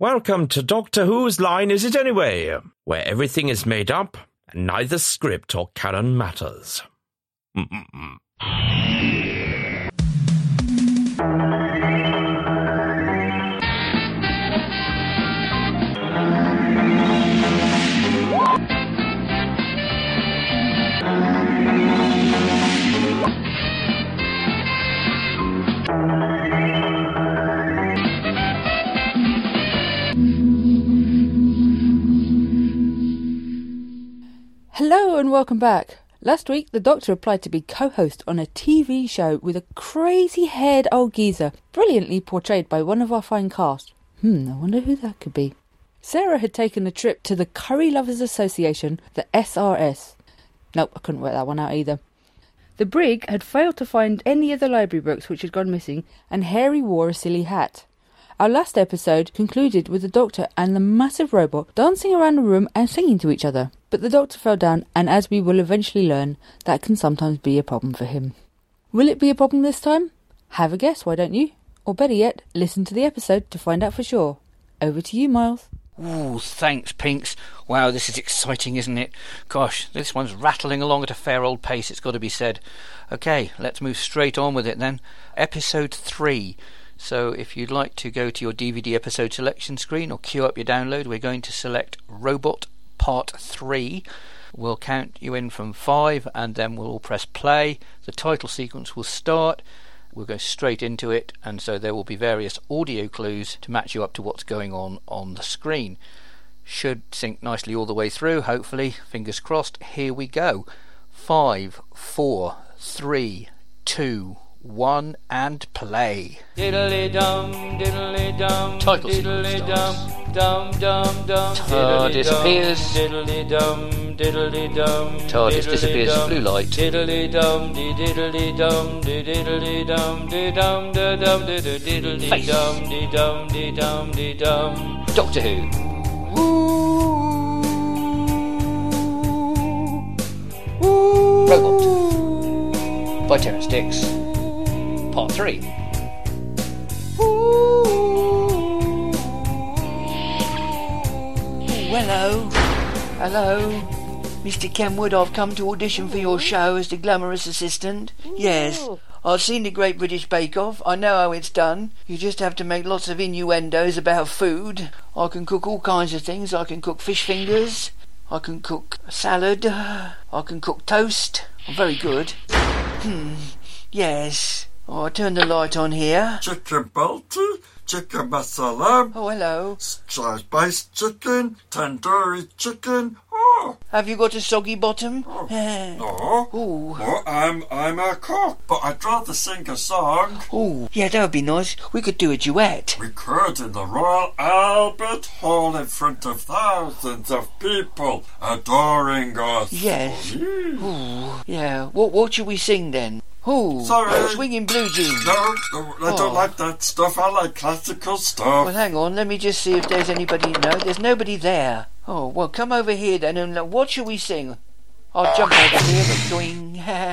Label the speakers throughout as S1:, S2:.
S1: Welcome to Doctor Who's Line Is It Anyway, where everything is made up and neither script or canon matters. Mm-mm-mm.
S2: Hello and welcome back. Last week, the Doctor applied to be co host on a TV show with a crazy haired old geezer, brilliantly portrayed by one of our fine cast. Hmm, I wonder who that could be. Sarah had taken a trip to the Curry Lovers Association, the SRS. Nope, I couldn't work that one out either. The brig had failed to find any of the library books which had gone missing, and Harry wore a silly hat. Our last episode concluded with the Doctor and the massive robot dancing around the room and singing to each other. But the Doctor fell down, and as we will eventually learn, that can sometimes be a problem for him. Will it be a problem this time? Have a guess, why don't you? Or better yet, listen to the episode to find out for sure. Over to you, Miles.
S3: Ooh, thanks, Pinks. Wow, this is exciting, isn't it? Gosh, this one's rattling along at a fair old pace, it's got to be said. Okay, let's move straight on with it then. Episode 3. So, if you'd like to go to your DVD episode selection screen or queue up your download, we're going to select Robot Part 3. We'll count you in from 5 and then we'll all press play. The title sequence will start. We'll go straight into it, and so there will be various audio clues to match you up to what's going on on the screen. Should sync nicely all the way through, hopefully. Fingers crossed. Here we go. Five, four, three, two, one, and play.
S4: Diddly dum, diddly dum,
S3: Title
S4: diddly
S3: sequence
S4: dum, dum dum dum.
S3: Tar
S4: diddly
S3: disappears.
S4: dum, Diddly dum, diddly dum.
S3: TARDIS
S4: diddly
S3: disappears
S4: dum,
S3: blue light.
S4: Diddly dum, dee diddly dum, dee diddly dum, dee dum, da dum, dee da diddly
S3: Face.
S4: dum, dee dum, dee dum, dee dum.
S3: Doctor Who. Robot by Terence Dix. Part 3.
S5: Hello. Hello. Mr. Kenwood, I've come to audition for your show as the glamorous assistant. Yes. I've seen the Great British Bake Off. I know how it's done. You just have to make lots of innuendos about food. I can cook all kinds of things. I can cook fish fingers. I can cook salad. I can cook toast. I'm very good. Hmm. Yes. Oh, I'll turn the light on here.
S6: chicken balti, chicken masala,
S5: Oh, hello.
S6: sliced chicken, tandoori chicken. Oh,
S5: Have you got a soggy bottom?
S6: no.
S5: Ooh.
S6: No, I'm I'm a cook, but I'd rather sing a song.
S5: Oh, yeah, that would be nice. We could do a duet.
S6: We could in the Royal Albert Hall in front of thousands of people adoring us.
S5: Yes.
S6: Mm.
S5: Ooh, yeah. What What should we sing then? Ooh,
S6: Sorry.
S5: swinging blue jeans.
S6: No, no, I
S5: Oh.
S6: don't like that stuff. I like classical stuff.
S5: Well, hang on. Let me just see if there's anybody. No, there's nobody there. Oh, well, come over here then. And uh, what should we sing? I'll jump over here and swing.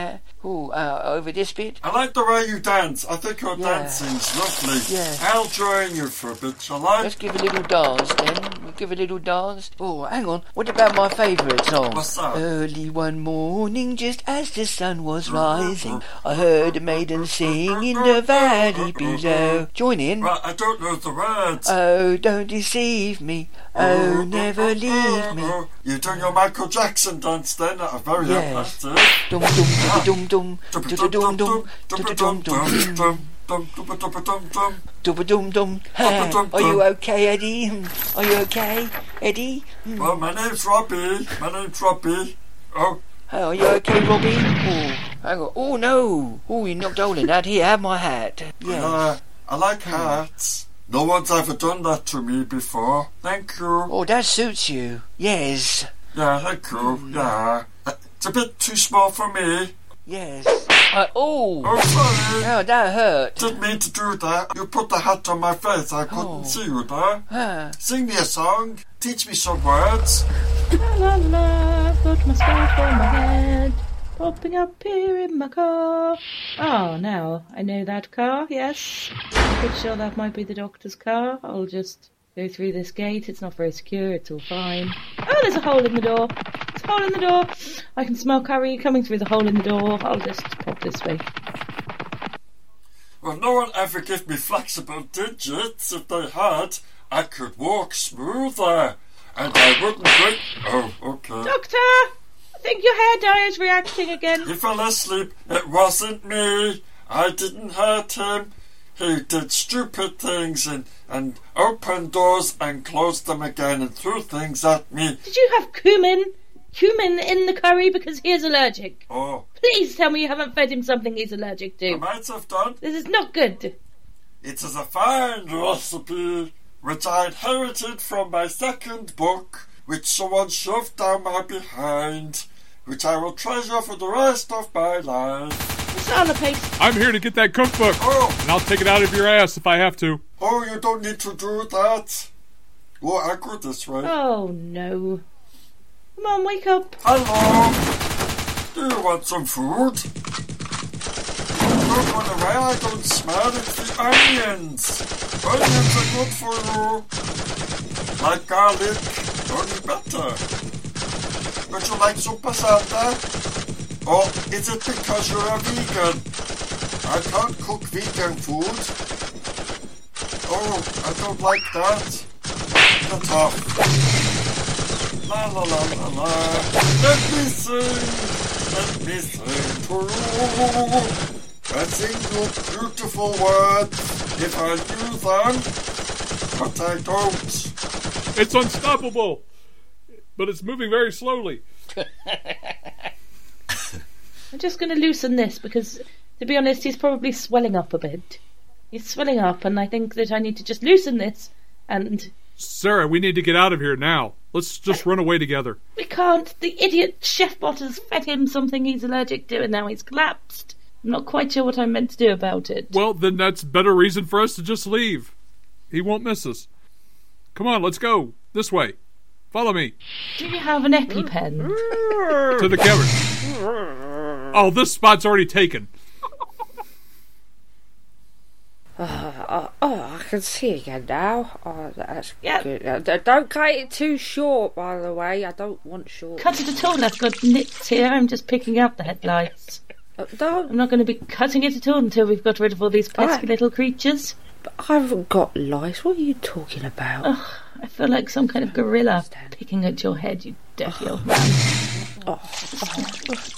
S5: Ooh, uh, over this bit.
S6: I like the way you dance. I think your
S5: Yeah.
S6: dancing's lovely.
S5: Yeah.
S6: I'll join you for a bit, shall I?
S5: Let's give a little dance then. We'll give a little dance. Oh, hang on. What about my favourite song?
S6: What's that?
S5: Early one morning, just as the sun was rising, I heard a maiden sing in the valley below. Join in.
S6: Well, I don't know the words.
S5: Oh, don't deceive me. Oh, never leave me.
S6: You're doing Oh, your Michael Jackson dance then at a very
S5: Yes.
S6: young eh? Ah.
S5: Dum dum dum dum dum dum dum dum dum dum dum. Dum-a-dum dum. Are you okay, Eddie? Hmm. Are you okay, Eddie? Hmm.
S6: Well, my name's Robbie. My name's Robbie. Oh, Uh,
S5: Oh, are you okay, Robbie? Oh, hang on. Oh, no. Oh, you knocked all in that. Here, have my hat. Yes.
S6: uh, I like hats. No one's ever done that to me before. Thank you.
S5: Oh, that suits you. Yes.
S6: Yeah, thank you. Yeah. Uh, It's a bit too small for me.
S5: Yes.
S3: Uh, oh!
S6: Oh, sorry.
S5: Oh, that hurt.
S6: Didn't mean to do that. You put the hat on my face. I couldn't
S5: Oh.
S6: see you there.
S5: Ah.
S6: Sing me a song. Teach me some words.
S7: La la la, I've got my scarf on my head, popping up here in my car. Oh, now I know that car, yes. I'm pretty sure that might be the doctor's car. I'll just Go through this gate. It's not very secure. It's all fine. Oh, there's a hole in the door. There's a hole in the door. I can smell curry coming through the hole in the door. I'll just pop this way.
S6: Well, no one ever gave me flexible digits. If they had, I could walk smoother. And I wouldn't think. Oh, okay.
S7: Doctor, I think your hair dye is reacting again.
S6: He fell asleep. It wasn't me. I didn't hurt him. He did stupid things and, and opened doors and closed them again and threw things at me.
S7: Did you have cumin? Cumin in the curry because he is allergic.
S6: Oh,
S7: Please tell me you haven't fed him something he's allergic
S6: I
S7: to.
S6: might have done.
S7: This is not good.
S6: It is a fine recipe which I inherited from my second book, which someone shoved down my behind, which I will treasure for the rest of my life.
S7: Masala paste.
S8: I'm here to get that cookbook,
S6: Oh,
S8: and I'll take it out of your ass if I have to.
S6: oh, you don't need to do that. We'll echo this, right?
S7: Oh no. Come on, wake up.
S6: Hello. Do you want some food? Don't run away, I don't smell it's the onions. Onions are good for you. Like garlic, only better. Don't you like super salsa? Or is it because you're eh, a vegan? I can't cook vegan food. Oh, I don't like that. That's off. La la la la la. Let me sing. Let me sing to you. I sing you beautiful words if I knew them, but I don't.
S8: It's unstoppable, but it's moving very slowly.
S7: I'm just going to loosen this because, to be honest, he's probably swelling up a bit. He's swelling up, and I think that I need to just loosen this. And
S8: Sarah, we need to get out of here now. Let's just run away together.
S7: we can't. The idiot chef bot has fed him something he's allergic to, and now he's collapsed. I'm not quite sure what I'm meant to do about it.
S8: Well, then that's better reason for us to just leave. He won't miss us. Come on, let's go. This way. Follow me.
S7: Do you have an EpiPen?
S8: To the cavern. Oh, this spot's already taken.
S2: Oh, I can see again now. Oh, that's
S7: Yeah.
S2: good. Uh, d- Don't cut it too short, by the way. I don't want short.
S7: Cut it at all. I've got nits here. I'm just picking out the headlights.
S2: Uh,
S7: I'm
S2: Don't.
S7: not going to be cutting it at all until we've got rid of all these pesky
S2: Alright.
S7: little creatures.
S2: I haven't got lice. What are you talking about?
S7: I feel like some kind of gorilla picking at your head, you dirty old man.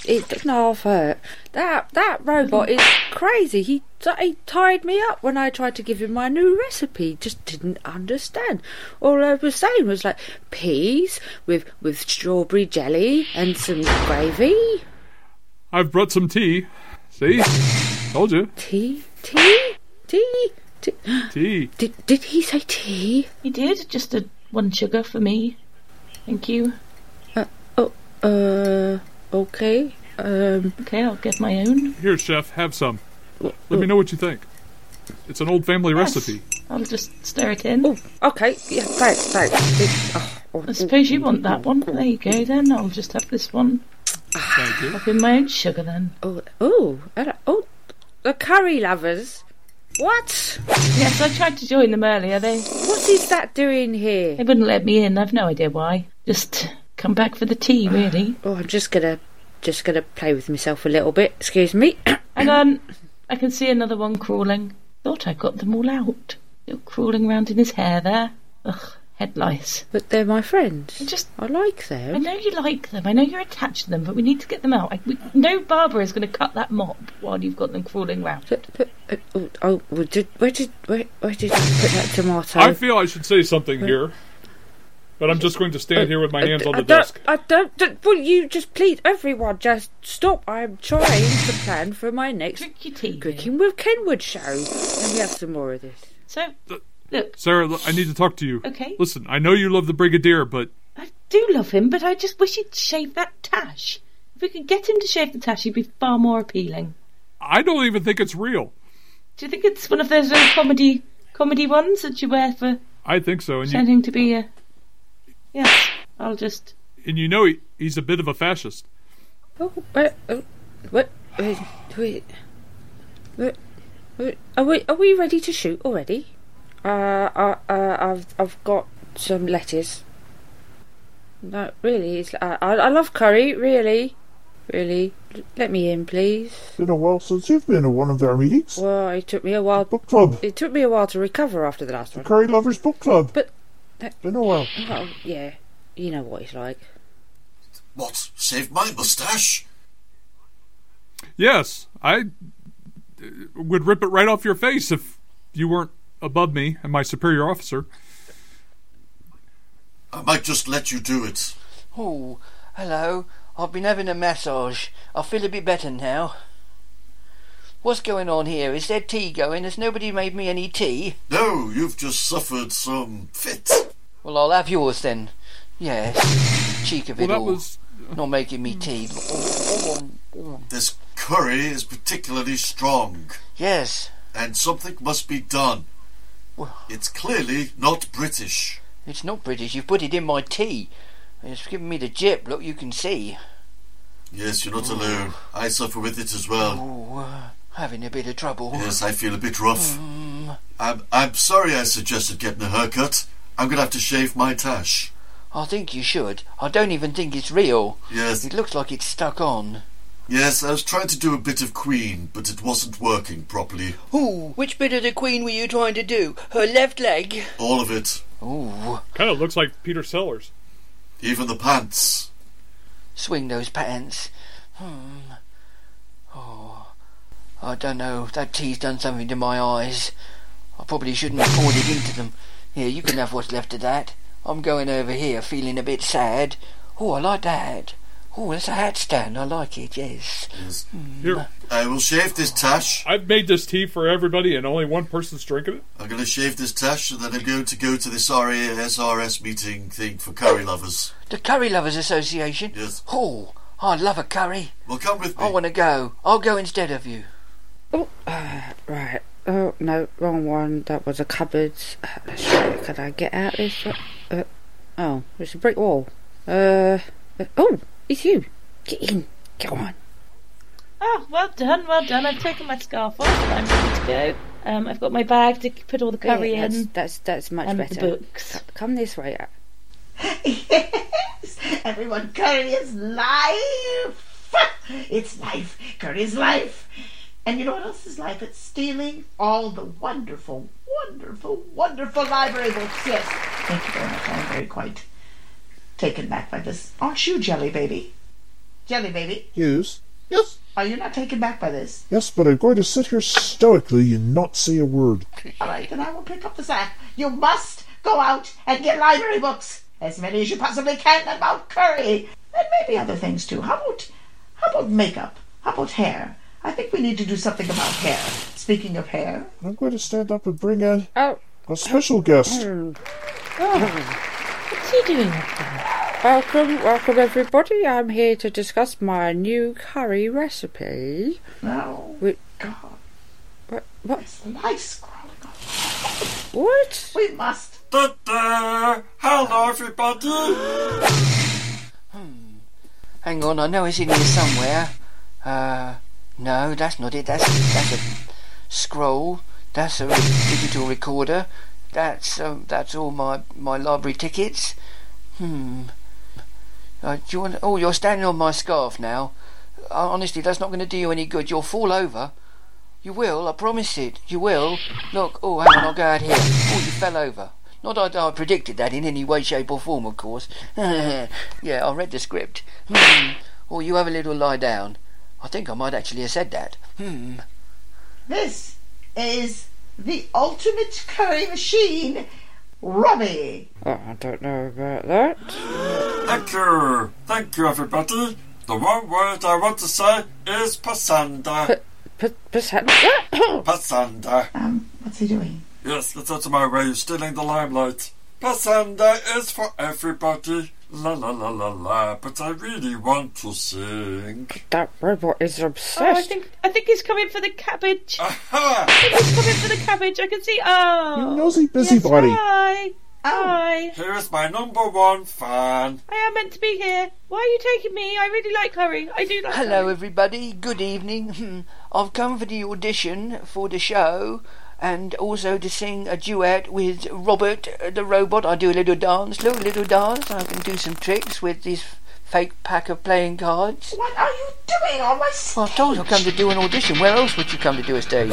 S2: It doesn't half hurt. That that robot is crazy. He t- he tied me up when I tried to give him my new recipe. Just didn't understand. All I was saying was like peas with with strawberry jelly and some gravy.
S8: I've brought some tea. See? Told you.
S2: Tea, tea, tea. tea.
S8: Tea.
S2: Did did he say tea?
S7: You did? Just a one sugar for me. Thank you.
S2: oh, Uh, okay. Um,
S7: Okay, I'll get my own.
S8: Here, chef, have some. Let me know what you think. It's an old family recipe.
S7: I'll just stir it in.
S2: oh, okay. Yeah, thanks, thanks. It- oh, oh,
S7: I suppose you want that one. There you go then. I'll just have this one.
S8: Thank you.
S7: Pop in my own sugar then.
S2: oh, oh, hello. oh, the curry lovers. What?
S7: Yes, I tried to join them earlier. They
S2: What is that doing here?
S7: they wouldn't let me in. I've no idea why. Just come back for the tea, really.
S2: Oh, I'm just gonna, just gonna play with myself a little bit. Excuse me.
S7: Hang on. um, I can see another one crawling. Thought I got them all out. Still crawling round in his hair there. Ugh, head lice.
S2: but they're my friends.
S7: Just
S2: I like
S7: I
S2: them.
S7: know you like them. I know you're attached to them, but we need to get them out. I, we, no barber is going to cut that mop while you've got them crawling round.
S2: But, but, uh, oh, oh, well, did, where did where, where did you put that tomato?
S8: I feel I should say something here, but I'm just going to stand here with my hands on
S2: I
S8: the
S2: don't,
S8: desk.
S2: I don't, don't. Will you just please, everyone, just stop? I'm trying to plan for my next
S7: Drink your tea.
S2: cooking with Kenwood show. Let me have some more of this.
S7: So, look,
S8: Sarah, l- I need to talk to you.
S7: Okay.
S8: Listen, I know you love the Brigadier, but
S7: I do love him, but I just wish he'd shave that tash. If we could get him to shave the tash, he'd be far more appealing.
S8: I don't even think it's real.
S7: Do you think it's one of those little comedy comedy ones that you wear for
S8: I think so, and you,
S7: pretending to be a? Yes, I'll just.
S8: and you know he, he's a bit of a fascist.
S2: Oh, where, oh, what? Wait, wait, wait. Are we are we ready to shoot already? Uh, I, uh, I've I've got some lettuce. No, really, it's, I, I I love curry. Really, really, L- let me in, please.
S1: Been a while since you've been to one of our meetings.
S2: Well, it took me a while.
S1: Book club.
S2: It took me a while to recover after the last one.
S1: Curry Lovers Book Club.
S2: But-
S1: Been a while.
S2: Oh, yeah, you know what it's like.
S9: What? Save my moustache?
S8: Yes, I uh, would rip it right off your face if you weren't above me and my superior officer.
S9: I might just let you do it.
S5: Oh, hello. I've been having a massage. I feel a bit better now. What's going on here? Is there tea going? Has nobody made me any tea?
S9: No, you've just suffered some fit.
S5: Well, I'll have yours then. Yes. Cheek of
S8: Well,
S5: it
S8: that
S5: all.
S8: was uh,
S5: Not making me tea.
S9: This curry is particularly strong,
S5: Yes.
S9: and something must be done.
S5: Well-
S9: It's clearly not British.
S5: It's not British. You've put it in my tea. It's giving me the jip. Look, you can see.
S9: Yes, you're not alone. I suffer with it as well.
S5: Oh, uh, having a bit of trouble. Mm,
S9: Yes, I feel a bit rough. I'm, I'm sorry I suggested getting a haircut. I'm going to have to shave my tash.
S5: I think you should. I don't even think it's real.
S9: Yes,
S5: It looks like it's stuck on.
S9: yes, I was trying to do a bit of Queen, but it wasn't working properly.
S5: Ooh, which bit of the queen were you trying to do? Her left leg?
S9: All of it,
S5: Ooh,
S8: kind of looks like Peter Sellers.
S9: Oh. even the pants.
S5: swing those pants. Hmm. Oh, I don't know. That tea's done something to my eyes. I probably shouldn't have poured it into them. Here, you can have what's left of that. I'm going over here, feeling a bit sad. Oh, I like that. Oh, that's a hat stand. I like it, yes.
S9: Yes.
S8: Here,
S9: I will shave this tash.
S8: I've made this tea for everybody, and only one person's drinking it.
S9: I'm going to shave this tash and then I'm going to go to this RASRS meeting thing for curry lovers.
S5: The Curry Lovers Association?
S9: Yes.
S5: Oh, I love a curry.
S9: Well, come with me.
S5: I want to go. I'll go instead of you.
S2: Oh, uh, right. Oh no, wrong one. That was a cupboard. Uh, Let's see. Could I get out this? one? Uh, oh, it's a brick wall. Uh, uh, oh, it's you. Get in. Go on.
S7: Oh, well done, well done. I've taken my scarf off. I'm ready to go. Um, I've got my bag to put all the curry
S2: Yeah, that's,
S7: in
S2: that's that's much
S7: and the
S2: better.
S7: books.
S2: Come this way. uh,
S10: Yes, everyone, curry is life. It's life. Curry is life. And you know what else is life? It's stealing all the wonderful, wonderful, wonderful library books. Yes. Thank you very much. I'm very quite taken back by this. Aren't you, Jelly Baby? Jelly Baby,
S1: Yes. Yes.
S10: are you not taken back by this?
S1: Yes, but I'm going to sit here stoically and not say a word.
S10: All right, then I will pick up the slack. You must go out and get library books, as many as you possibly can about curry, and maybe other things too. How about how about makeup? How about hair? I think we need to do something about hair. Speaking of hair,
S1: I'm going to stand up and bring in
S2: Oh,
S1: a special guest.
S2: mm.
S7: What's he doing up there?
S2: welcome, welcome everybody. I'm here to discuss my new curry recipe.
S10: no,
S2: We-
S10: God,
S2: What? What?
S10: it's lice crawling off.
S2: what?
S10: We must.
S9: Ta-da! Hello, everybody!
S5: Hang on, I know it's in here somewhere. Uh, no, that's not it. That's that's a scroll. That's a re- digital recorder. That's um, that's all my my library tickets. Hmm. Uh, do you want? Oh, you're standing on my scarf now. Uh, honestly, that's not going to do you any good. You'll fall over. You will. I promise it. You will. Look. Oh, hang on. I'll go out here. Oh, you fell over. Not that I predicted that in any way, shape, or form, of course. yeah, I read the script. Hmm. Or you have a little lie down. I think I might actually have said that. Hmm.
S10: This is the ultimate curry machine, Robbie.
S2: Oh, I don't know about that.
S9: Thank you! Thank you, everybody! The one word I want to say is pasanda.
S2: P- percent-
S9: Pasanda.
S10: Um, what's he doing?
S9: Yes, that's out of my way. You're stealing the limelight. Pasanda is for everybody. La la la la la. But I really want to sing.
S2: that robot is
S7: Oh, I
S2: obsessed.
S7: think I think he's coming for the cabbage.
S9: Aha!
S7: I think he's coming for the cabbage. I can see. Oh,
S1: You nosy busybody.
S7: Yes, hi,
S2: Oh.
S7: hi.
S9: Here is my number one fan.
S7: I am meant to be here. Why are you taking me? I really like curry. I do like.
S5: Hello,
S7: curry.
S5: everybody. Good evening. Hmm. I've come for the audition for the show, and also to sing a duet with Robert uh, the robot. I do a little dance, little little dance. I can do some tricks with this fake pack of playing cards.
S10: What are you doing on my stage?
S5: Well, I told you I come to do an audition. Where else would you come to do a stage?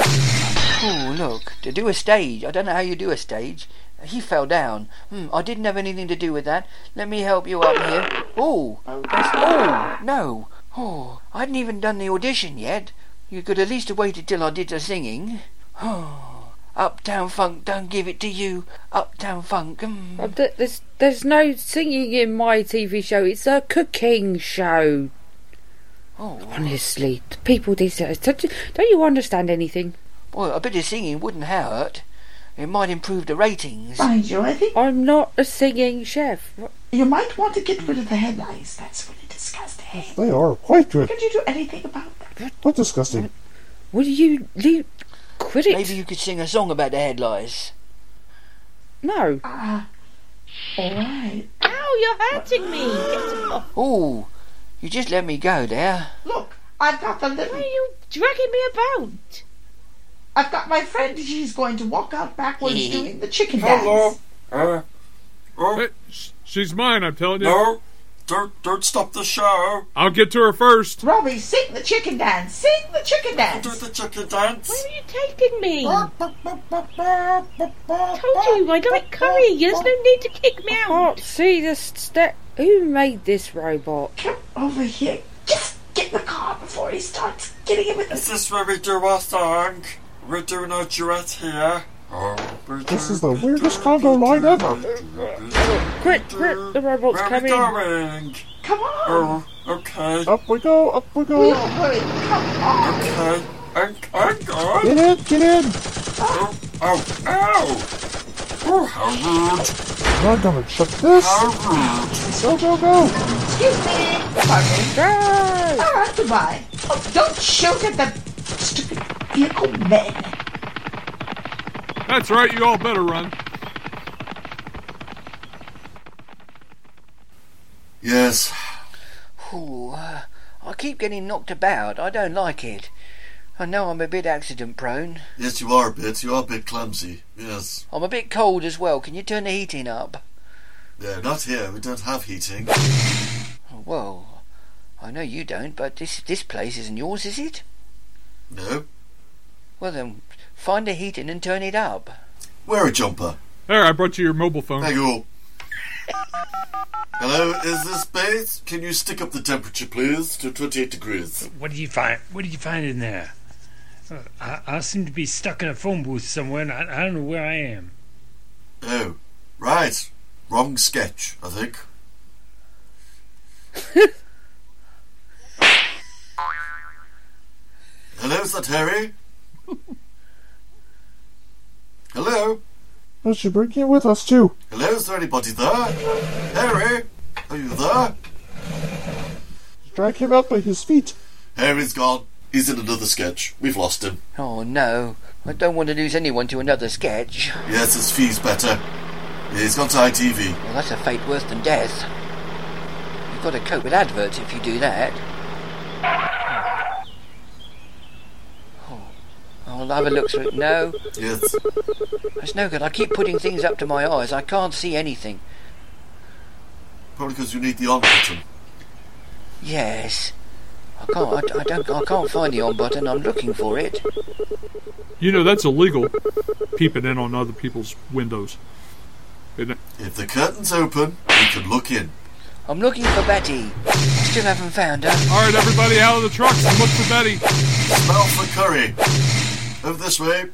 S5: Oh, look, to do a stage. I don't know how you do a stage. He fell down. Hmm, I didn't have anything to do with that. Let me help you up here. Oh, that's, oh, no. Oh, I hadn't even done the audition yet. You could at least have waited till I did the singing.
S2: Um,
S5: Oh, Uptown Funk, don't give it to you. Uptown Funk. Mm.
S2: Uh, th- There's, there's no singing in my TV show. It's a cooking show. Honestly, the people these days, don't you- don't you understand anything?
S5: Well, a bit of singing wouldn't hurt. It might improve the ratings.
S10: Mind you, I think
S2: I'm not a singing chef.
S10: You might want to get rid of the headlines. That's really disgusting.
S1: They are quite good.
S10: Could you do anything about that?
S1: Not disgusting.
S2: Would you leave? Quit it.
S5: Maybe you could sing a song about the headlines.
S2: No.
S10: Ah, all right.
S7: Ow, you're hurting me. Get off.
S5: Oh, you just let me go there.
S10: Look, I've got the little.
S7: Why are you dragging me about?
S10: I've got my friend. She's going to walk out backwards doing the chicken
S9: Hello.
S10: dance.
S9: Uh, oh,
S8: Hey, sh- she's mine, I'm telling you.
S9: no. Don't, don't stop the show.
S8: I'll get to her first.
S10: Robbie, sing the chicken dance. Sing the chicken
S9: Do
S10: dance. Oh.
S9: the chicken
S7: Where
S9: dance.
S7: are you taking me? I told
S10: Told
S7: you, I like curry. There's no need to kick me
S2: can't
S7: out.
S2: see the step. Who made this robot?
S10: Come over here. Just get in the car before he starts getting it with
S9: Is
S10: us.
S9: this where we do our song? We're doing our duet here. Oh, we
S1: This
S9: do-
S1: is the
S9: we
S1: weirdest
S9: do-
S1: combo
S9: we do-
S1: line ever.
S9: we do-
S2: Quick, quick, the robot's
S9: Where are we
S2: coming.
S9: going?
S10: Come on.
S9: Oh, okay.
S1: Up we go, up we
S10: We'll
S1: go.
S10: hurry. Come on.
S9: Okay. I'm, I'm gone.
S1: Get in, get in.
S9: Oh, oh, ow! Oh, how rude!
S1: We're gonna chuck this.
S9: How rude!
S1: Go, go, go.
S10: Excuse me. Pardon.
S2: Go!
S10: All right, goodbye. Oh, don't shoot at the stupid vehicle men.
S8: That's right, you all better run.
S9: Yes.
S5: Ooh, uh, I keep getting knocked about. I don't like it. I know I'm a bit accident prone.
S9: Yes, you are, Bits. You are a bit clumsy. Yes.
S5: I'm a bit cold as well. Can you turn the heating up?
S9: Yeah, not here. We don't have heating.
S5: Oh, Well, I know you don't, but this this place isn't yours, is it?
S9: No.
S5: Well then, find the heating and turn it up.
S9: Wear a jumper.
S8: There, I brought you your mobile phone.
S9: Thank you all. Hello, is this Bates? Can you stick up the temperature, please, to 28 degrees?
S11: What do you find? What do you find in there? Uh, I, I seem to be stuck in a phone booth somewhere, and I, I don't know where I am.
S9: Oh, right. Wrong sketch, I think. Hello, is that Harry? Hello?
S1: We should bring you with us too.
S9: Hello, is there anybody there? Harry? Are you there?
S1: Drag him out by his feet.
S9: Harry's gone. He's in another sketch. We've lost him.
S5: Oh no, I don't want to lose anyone to another sketch.
S9: Yes, his fee's better. He's gone to ITV.
S5: Well, that's a fate worse than death. You've got to cope with adverts if you do that. Oh, I'll have a look through it. No,
S9: Yes.
S5: it's no good. I keep putting things up to my eyes. I can't see anything.
S9: Probably because you need the on button.
S5: Yes. I can't. I, I don't. I can't find the on button. I'm looking for it.
S8: You know, that's illegal, peeping in on other people's windows. Isn't it?
S9: If the curtain's open, you can look in.
S5: I'm looking for Betty. I still haven't found her.
S8: All right, everybody out of the trucks and look for Betty.
S9: Smell for curry. Over this way.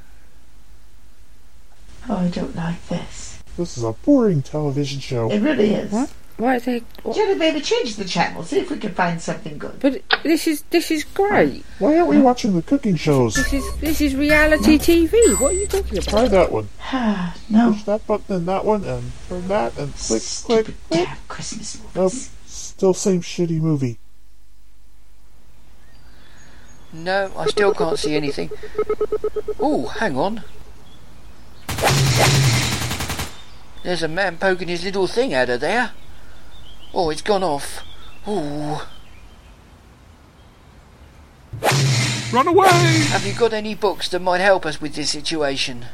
S10: Oh, I don't like this.
S1: This is a boring television show.
S10: It really is.
S2: Why are they? what-
S10: Jenny, baby, change the channel. See if we can find something good.
S2: But this is this is great.
S1: Why aren't we watching the cooking shows?
S2: This is this is reality TV. What are you talking about?
S1: Try that one.
S10: no.
S1: Push that button and that one and turn that and click, click,
S10: Stupid
S1: click.
S10: damn Christmas
S1: Nope.
S10: movies.
S1: Still same shitty movie.
S5: No, I still can't see anything. Oh, hang on. There's a man poking his little thing out of there. Oh, it's gone off. Ooh.
S8: Run away!
S5: Have you got any books that might help us with this situation?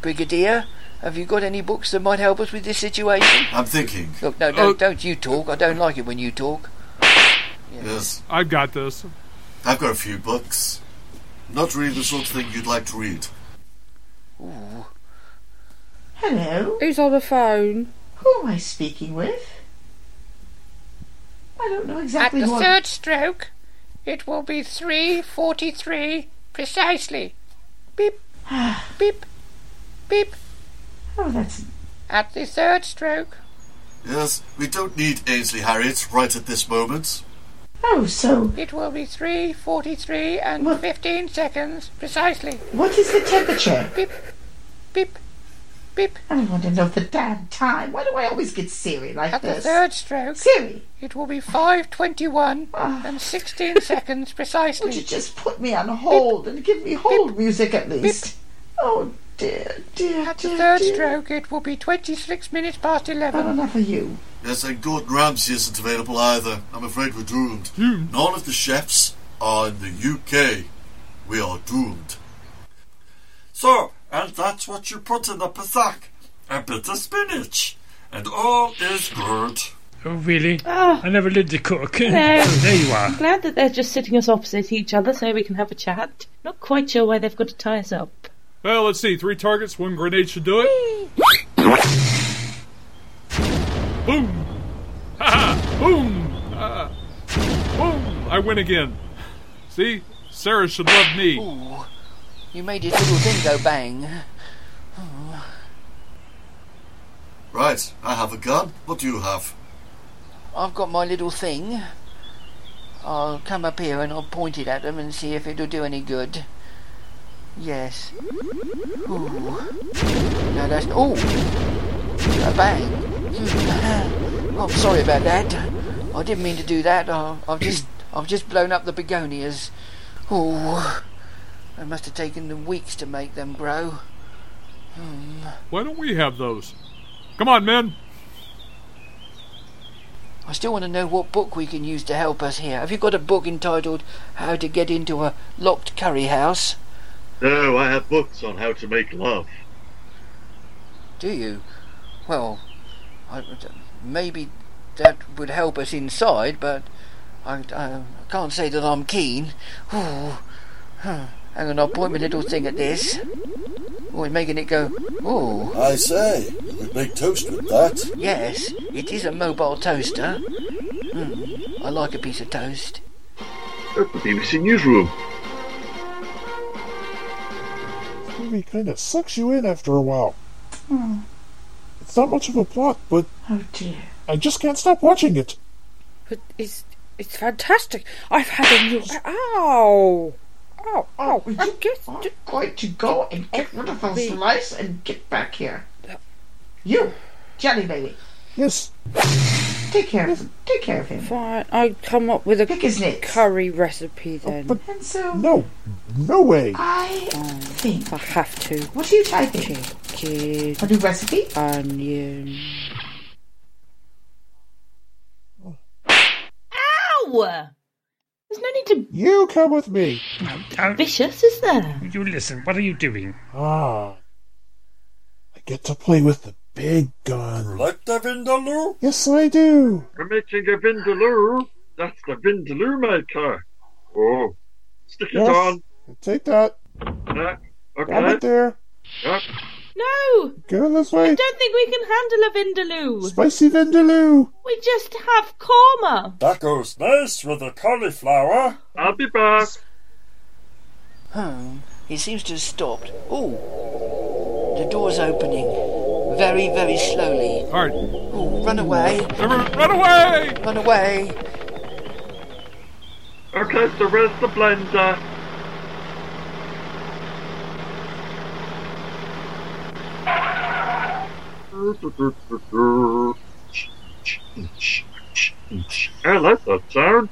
S5: Brigadier, have you got any books that might help us with this situation?
S9: I'm thinking.
S5: Look, no, don't,
S8: Uh,
S5: don't you talk. I don't like it when you talk.
S9: Yes.
S8: I've got this.
S9: I've got a few books. Not really the sort of thing you'd like to read.
S5: Ooh.
S10: Hello?
S2: Who's on the phone?
S10: Who am I speaking with? I don't know exactly
S12: At the
S10: who I'm-
S12: third stroke, it will be 3.43 precisely. Beep, beep, beep.
S10: Oh, that's...
S12: At the third stroke.
S9: Yes, we don't need Ainsley Harriet right at this moment.
S10: Oh, so
S12: It will be 3.43 and 15 seconds precisely.
S10: what is the temperature?
S12: Beep, beep, beep.
S10: I want to know the damn time. Why do I always get Siri like
S12: At the
S10: this?
S12: third stroke,
S10: Siri, Ah.
S12: it will be 5.21 and 16 seconds precisely.
S10: would you just put me on hold and give me hold music at least? Oh, dear, dear,
S12: At
S10: dear,
S12: the third
S10: dear.
S12: stroke, it will be 26 minutes past 11.
S10: Not enough of you.
S9: Yes, and Gordon Ramsay isn't available either. I'm afraid we're doomed. None of the chefs are in the UK. We are doomed.
S13: So, and that's what you put in a pasak. A bit of spinach. And all is good.
S11: Oh, really? I never lived a cook.
S7: Ah. No.
S11: Oh, there
S9: Ah.
S11: you
S7: I'm
S11: are.
S7: glad that they're just sitting us opposite each other so we can have a chat. Not quite sure why they've got to tie us up.
S8: Well, let's see. Three targets, one grenade should do it. Boom! Ha ha! Boom! Ah. boom! I win again. See? Sarah should love me.
S5: Ooh. You made his little thing go bang.
S9: Right, I have a gun. What do you have?
S5: I've got my little thing. I'll come up here and I'll point it at them and see if it'll do any good. Yes. Ooh. No, that's. Ooh! A bang. Hmm. Oh, I'm sorry about that. I didn't mean to do that. I, I've just, I've just blown up the begonias. Ooh. It must have taken them weeks to make them grow. Hmm.
S8: Why don't we have those? Come on, men.
S5: I still want to know what book we can use to help us here. Have you got a book entitled How to Get Into a Locked Curry House?
S6: No, I have books on how to make love.
S5: Do you? Well, I, maybe that would help us inside, but I, I can't say that I'm keen. Ooh. Huh. Hang on, I'll point my little thing at this. Oh, it's making it go, ooh.
S9: I say, you could make toast with that.
S5: Yes, it is a mobile toaster. Hmm, I like a piece of toast.
S6: Go to the BBC Newsroom.
S1: This movie kind of sucks you in after a while.
S5: Hmm.
S1: It's not much of a plot, but
S10: oh dear,
S1: I just can't stop watching it.
S2: But it's it's fantastic. I've had a new. Ow! Ow! Ow! I'm just
S10: going to go and get rid of those lice and get back here. You, Jelly Baby.
S1: Yes.
S10: Take care of him. Take care of him.
S2: Fine. I come up with a
S10: Pick his nits.
S2: curry recipe then.
S10: And so
S1: No, no way.
S10: I think
S2: I have to.
S10: What are you typing?
S2: Chicken.
S10: A new recipe?
S2: Onion.
S7: Ow! There's no need to
S1: You come with me.
S7: vicious, is there?
S11: You listen, what are you doing?
S1: Ah. I get to play with the big gun.
S6: Like the Vindaloo?
S1: Yes, I do.
S6: We're making a Vindaloo. That's the Vindaloo maker. Oh. Stick it
S1: Yes.
S6: on.
S1: Take that.
S6: Yeah. Okay.
S1: Grab it there.
S6: Yeah.
S7: No!
S1: Go this way.
S7: I don't think we can handle a Vindaloo.
S1: Spicy Vindaloo.
S7: We just have korma.
S13: That goes nice with the cauliflower.
S6: I'll be back.
S5: Hmm. He seems to have stopped. Ooh. The door's opening. Very, very slowly.
S8: All right.
S5: Ooh, run away.
S8: Everyone, run away!
S5: Run away.
S6: Okay, so where's the blender? Oh, I like that sound.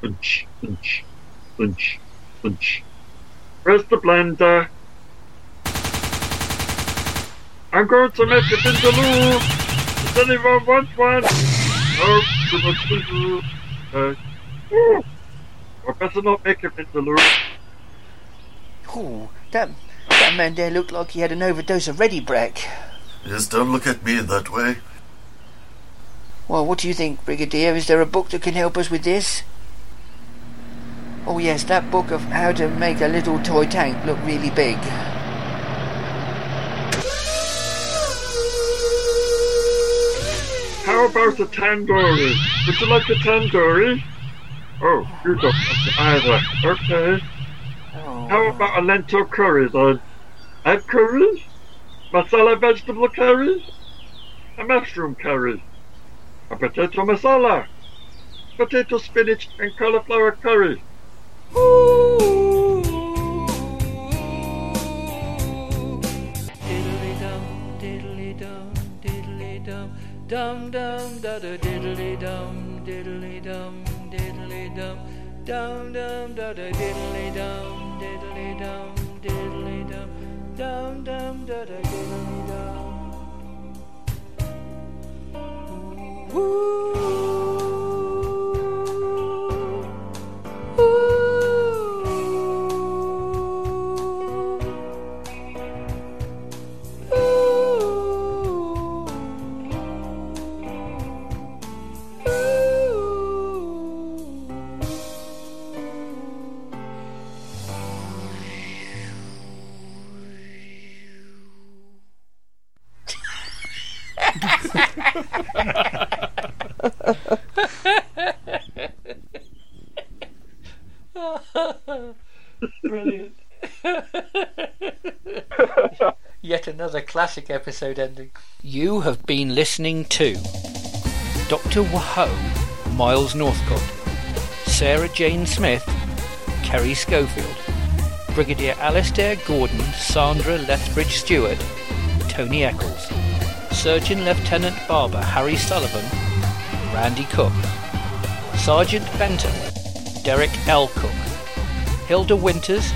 S6: Punch, punch, punch, punch. Where's the blender? I'm going to make a vindaloo. Does anyone want one? Oh, too much vindaloo. Uh, ooh, I better not make him into Lou.
S14: Ooh, that, that man there looked like he had an overdose of Ready Brack.
S9: Yes, don't look at me that way.
S14: Well, what do you think, Brigadier? Is there a book that can help us with this? Oh, yes, that book of how to make a little toy tank look really big.
S6: How about a tandoori? Would you like a tandoori? Oh, you don't want either. Okay. How about a lentil curry then? Egg curry? Masala vegetable curry? A mushroom curry? A potato masala? Potato spinach and cauliflower curry?
S15: Dum dum da da diddly dum diddly dum diddly dum dum dum da da diddly dum diddly dum diddly dum dum dum da da diddly dum.
S3: Brilliant. Yet another classic episode ending. You have been listening to Dr. Wahoo, Miles Northcott, Sarah Jane Smith, Kerry Schofield, Brigadier Alastair Gordon, Sandra Lethbridge Stewart, Tony Eccles, Surgeon Lieutenant Barber Harry Sullivan, Randy Cook, Sergeant Benton, Derek L. Cook, Hilda Winters,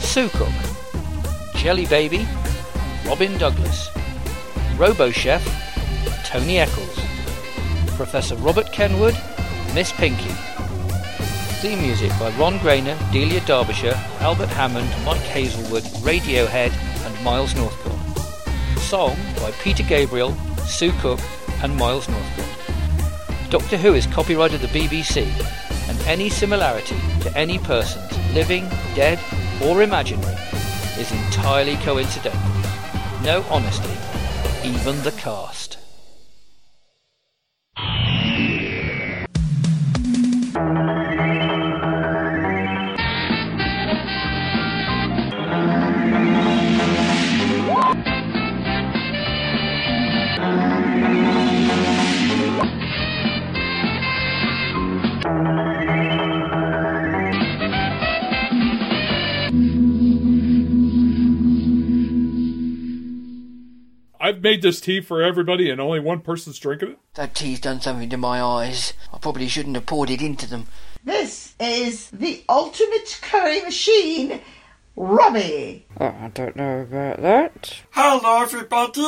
S3: Sue Cook, Jelly Baby, Robin Douglas, RoboChef, Tony Eccles, Professor Robert Kenwood, Miss Pinky. Theme music by Ron Grainer, Delia Derbyshire, Albert Hammond, Mike Hazelwood, Radiohead, and Miles Northcott. Song by Peter Gabriel, Sue Cook, and Miles Northcott. Doctor Who is copyright of the BBC, and any similarity to any persons, living, dead, or imaginary, is entirely coincidental. No honesty, even the cast.
S8: I've made this tea for everybody, and only one person's drinking it.
S14: That tea's done something to my eyes. I probably shouldn't have poured it into them.
S10: This is the ultimate curry machine, Robbie.
S2: Oh, I don't know about that.
S14: Hello, everybody!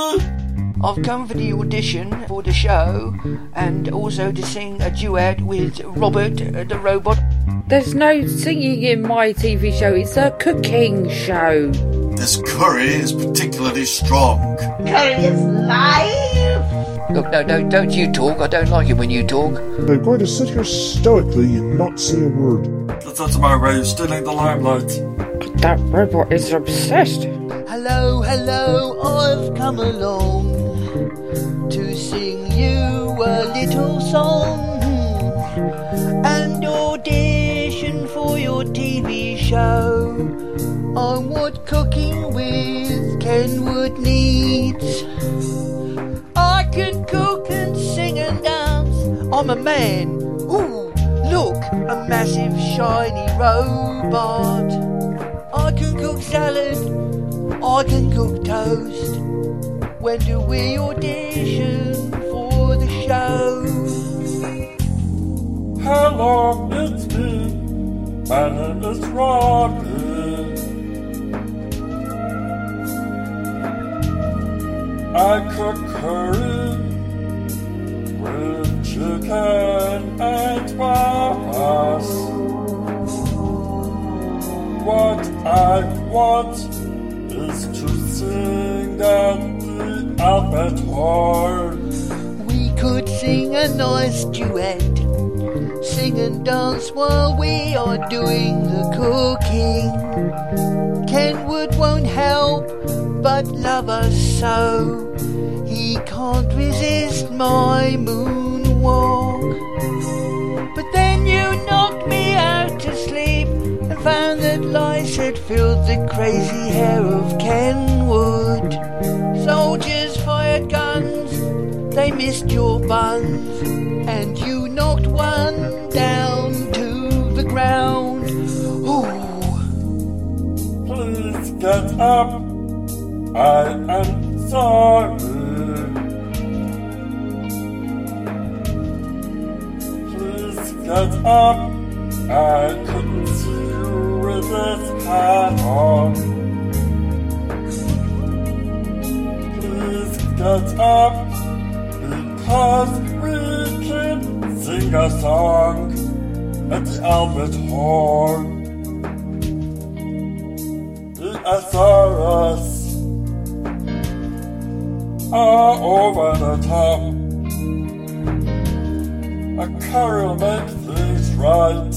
S14: I've come for the audition for the show and also to sing a duet with Robert uh, the Robot.
S2: There's no singing in my TV show, it's a cooking show.
S9: This curry is particularly strong.
S10: Curry is live.
S14: Look, no, no, don't you talk. I don't like it when you talk.
S1: I'm going to sit here stoically and not say a word.
S9: That's my way of stealing the limelight.
S2: That robot is obsessed.
S14: Hello, hello, I've come along to sing you a little song and audition for your TV show on what cooking with Kenwood needs. I can cook and sing and dance. I'm a man. Ooh, look, a massive shiny robot. I can cook salad. I can cook toast. When do we audition for the show?
S9: Hello, it's me. My name is Robin. I cook curry with chicken and wine. want is to sing at the Albert Hall.
S14: We could sing a nice duet. Sing and dance while we are doing the cooking. Kenwood won't help but love us so. He can't resist my moonwalk. But then you knocked me out to sleep and found that lice had filled the crazy hair of Kenwood. Soldiers fired guns, they missed your buns, and you knocked one down to the ground. Ooh.
S9: Please get up. I am sorry. Please get up. I couldn't see you with this hat on. Please get up because we can sing a song at the Albert Hall. The Azores are over the top. A carol makes things right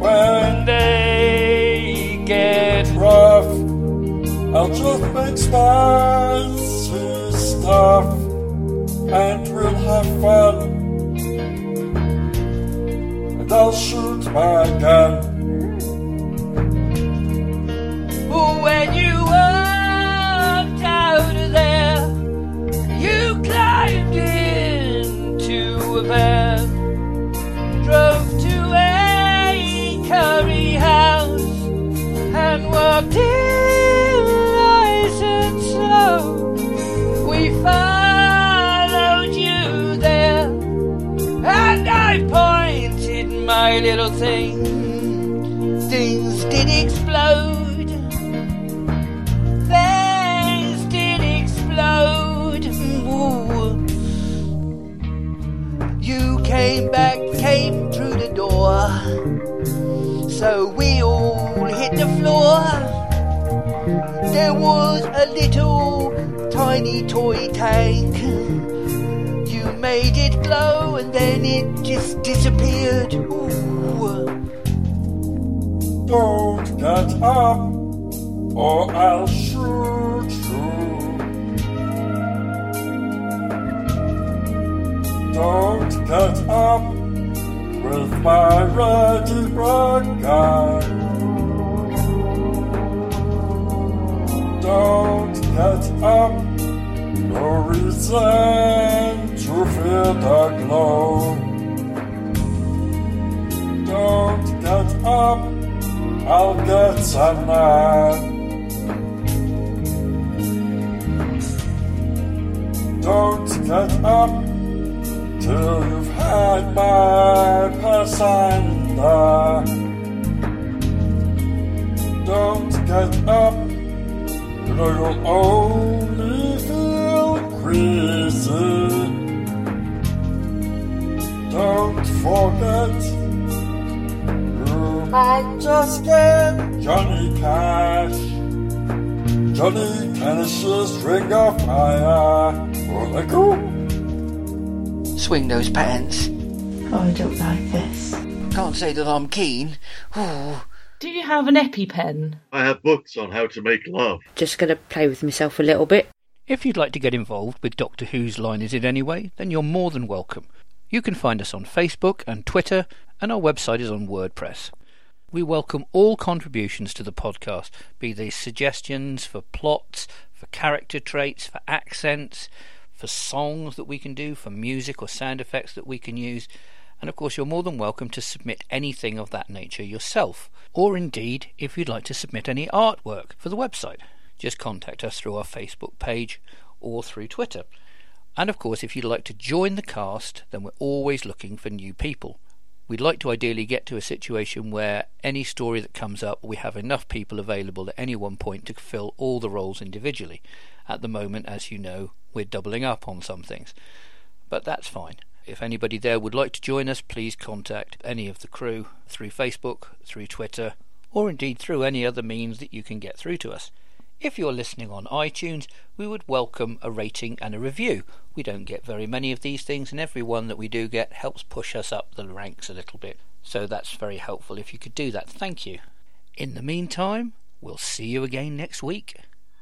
S9: when they get rough. I'll just make spicy stuff and we'll have fun. And I'll shoot my gun.
S14: When you walked out of there, you climbed into a van, drove to a curry house, and walked in nice and slow. We followed you there, and I pointed my little thing. Things did explode. Things did explode. Ooh. You came back, came through the door. So we all hit the floor. There was a little tiny toy tank. You made it glow and then it just disappeared. Ooh.
S9: Don't get up, or I'll shoot you. Don't get up with my ready brown guy. Don't get up, no reason to fear the glow. Don't get up, I'll get some now. Don't get up till you've had my pasanda. Don't get up, you know you'll only feel crazy. Don't forget, you might just get Johnny Cash. Johnny Cash is ring of fire. Oh, let go.
S5: Swing those pants.
S10: Oh, I don't like this.
S5: Can't say that I'm keen. Ooh.
S7: Do you have an EpiPen?
S6: I have books on how to make love.
S2: Just going to play with myself a little bit.
S3: If you'd like to get involved with Doctor Who's Line Is It Anyway, then you're more than welcome. You can find us on Facebook and Twitter, and our website is on WordPress. We welcome all contributions to the podcast, be they suggestions for plots, for character traits, for accents, for songs that we can do, for music or sound effects that we can use. And of course, you're more than welcome to submit anything of that nature yourself, or indeed if you'd like to submit any artwork for the website. Just contact us through our Facebook page or through Twitter. And of course, if you'd like to join the cast, then we're always looking for new people. We'd like to ideally get to a situation where any story that comes up, we have enough people available at any one point to fill all the roles individually. At the moment, as you know, we're doubling up on some things. But that's fine. If anybody there would like to join us, please contact any of the crew through Facebook, through Twitter, or indeed through any other means that you can get through to us. If you're listening on iTunes, we would welcome a rating and a review. We don't get very many of these things, and every one that we do get helps push us up the ranks a little bit. So that's very helpful if you could do that. Thank you. In the meantime, we'll see you again next week.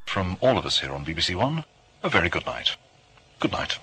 S16: From all of us here on BBC One, a very good night. Good night.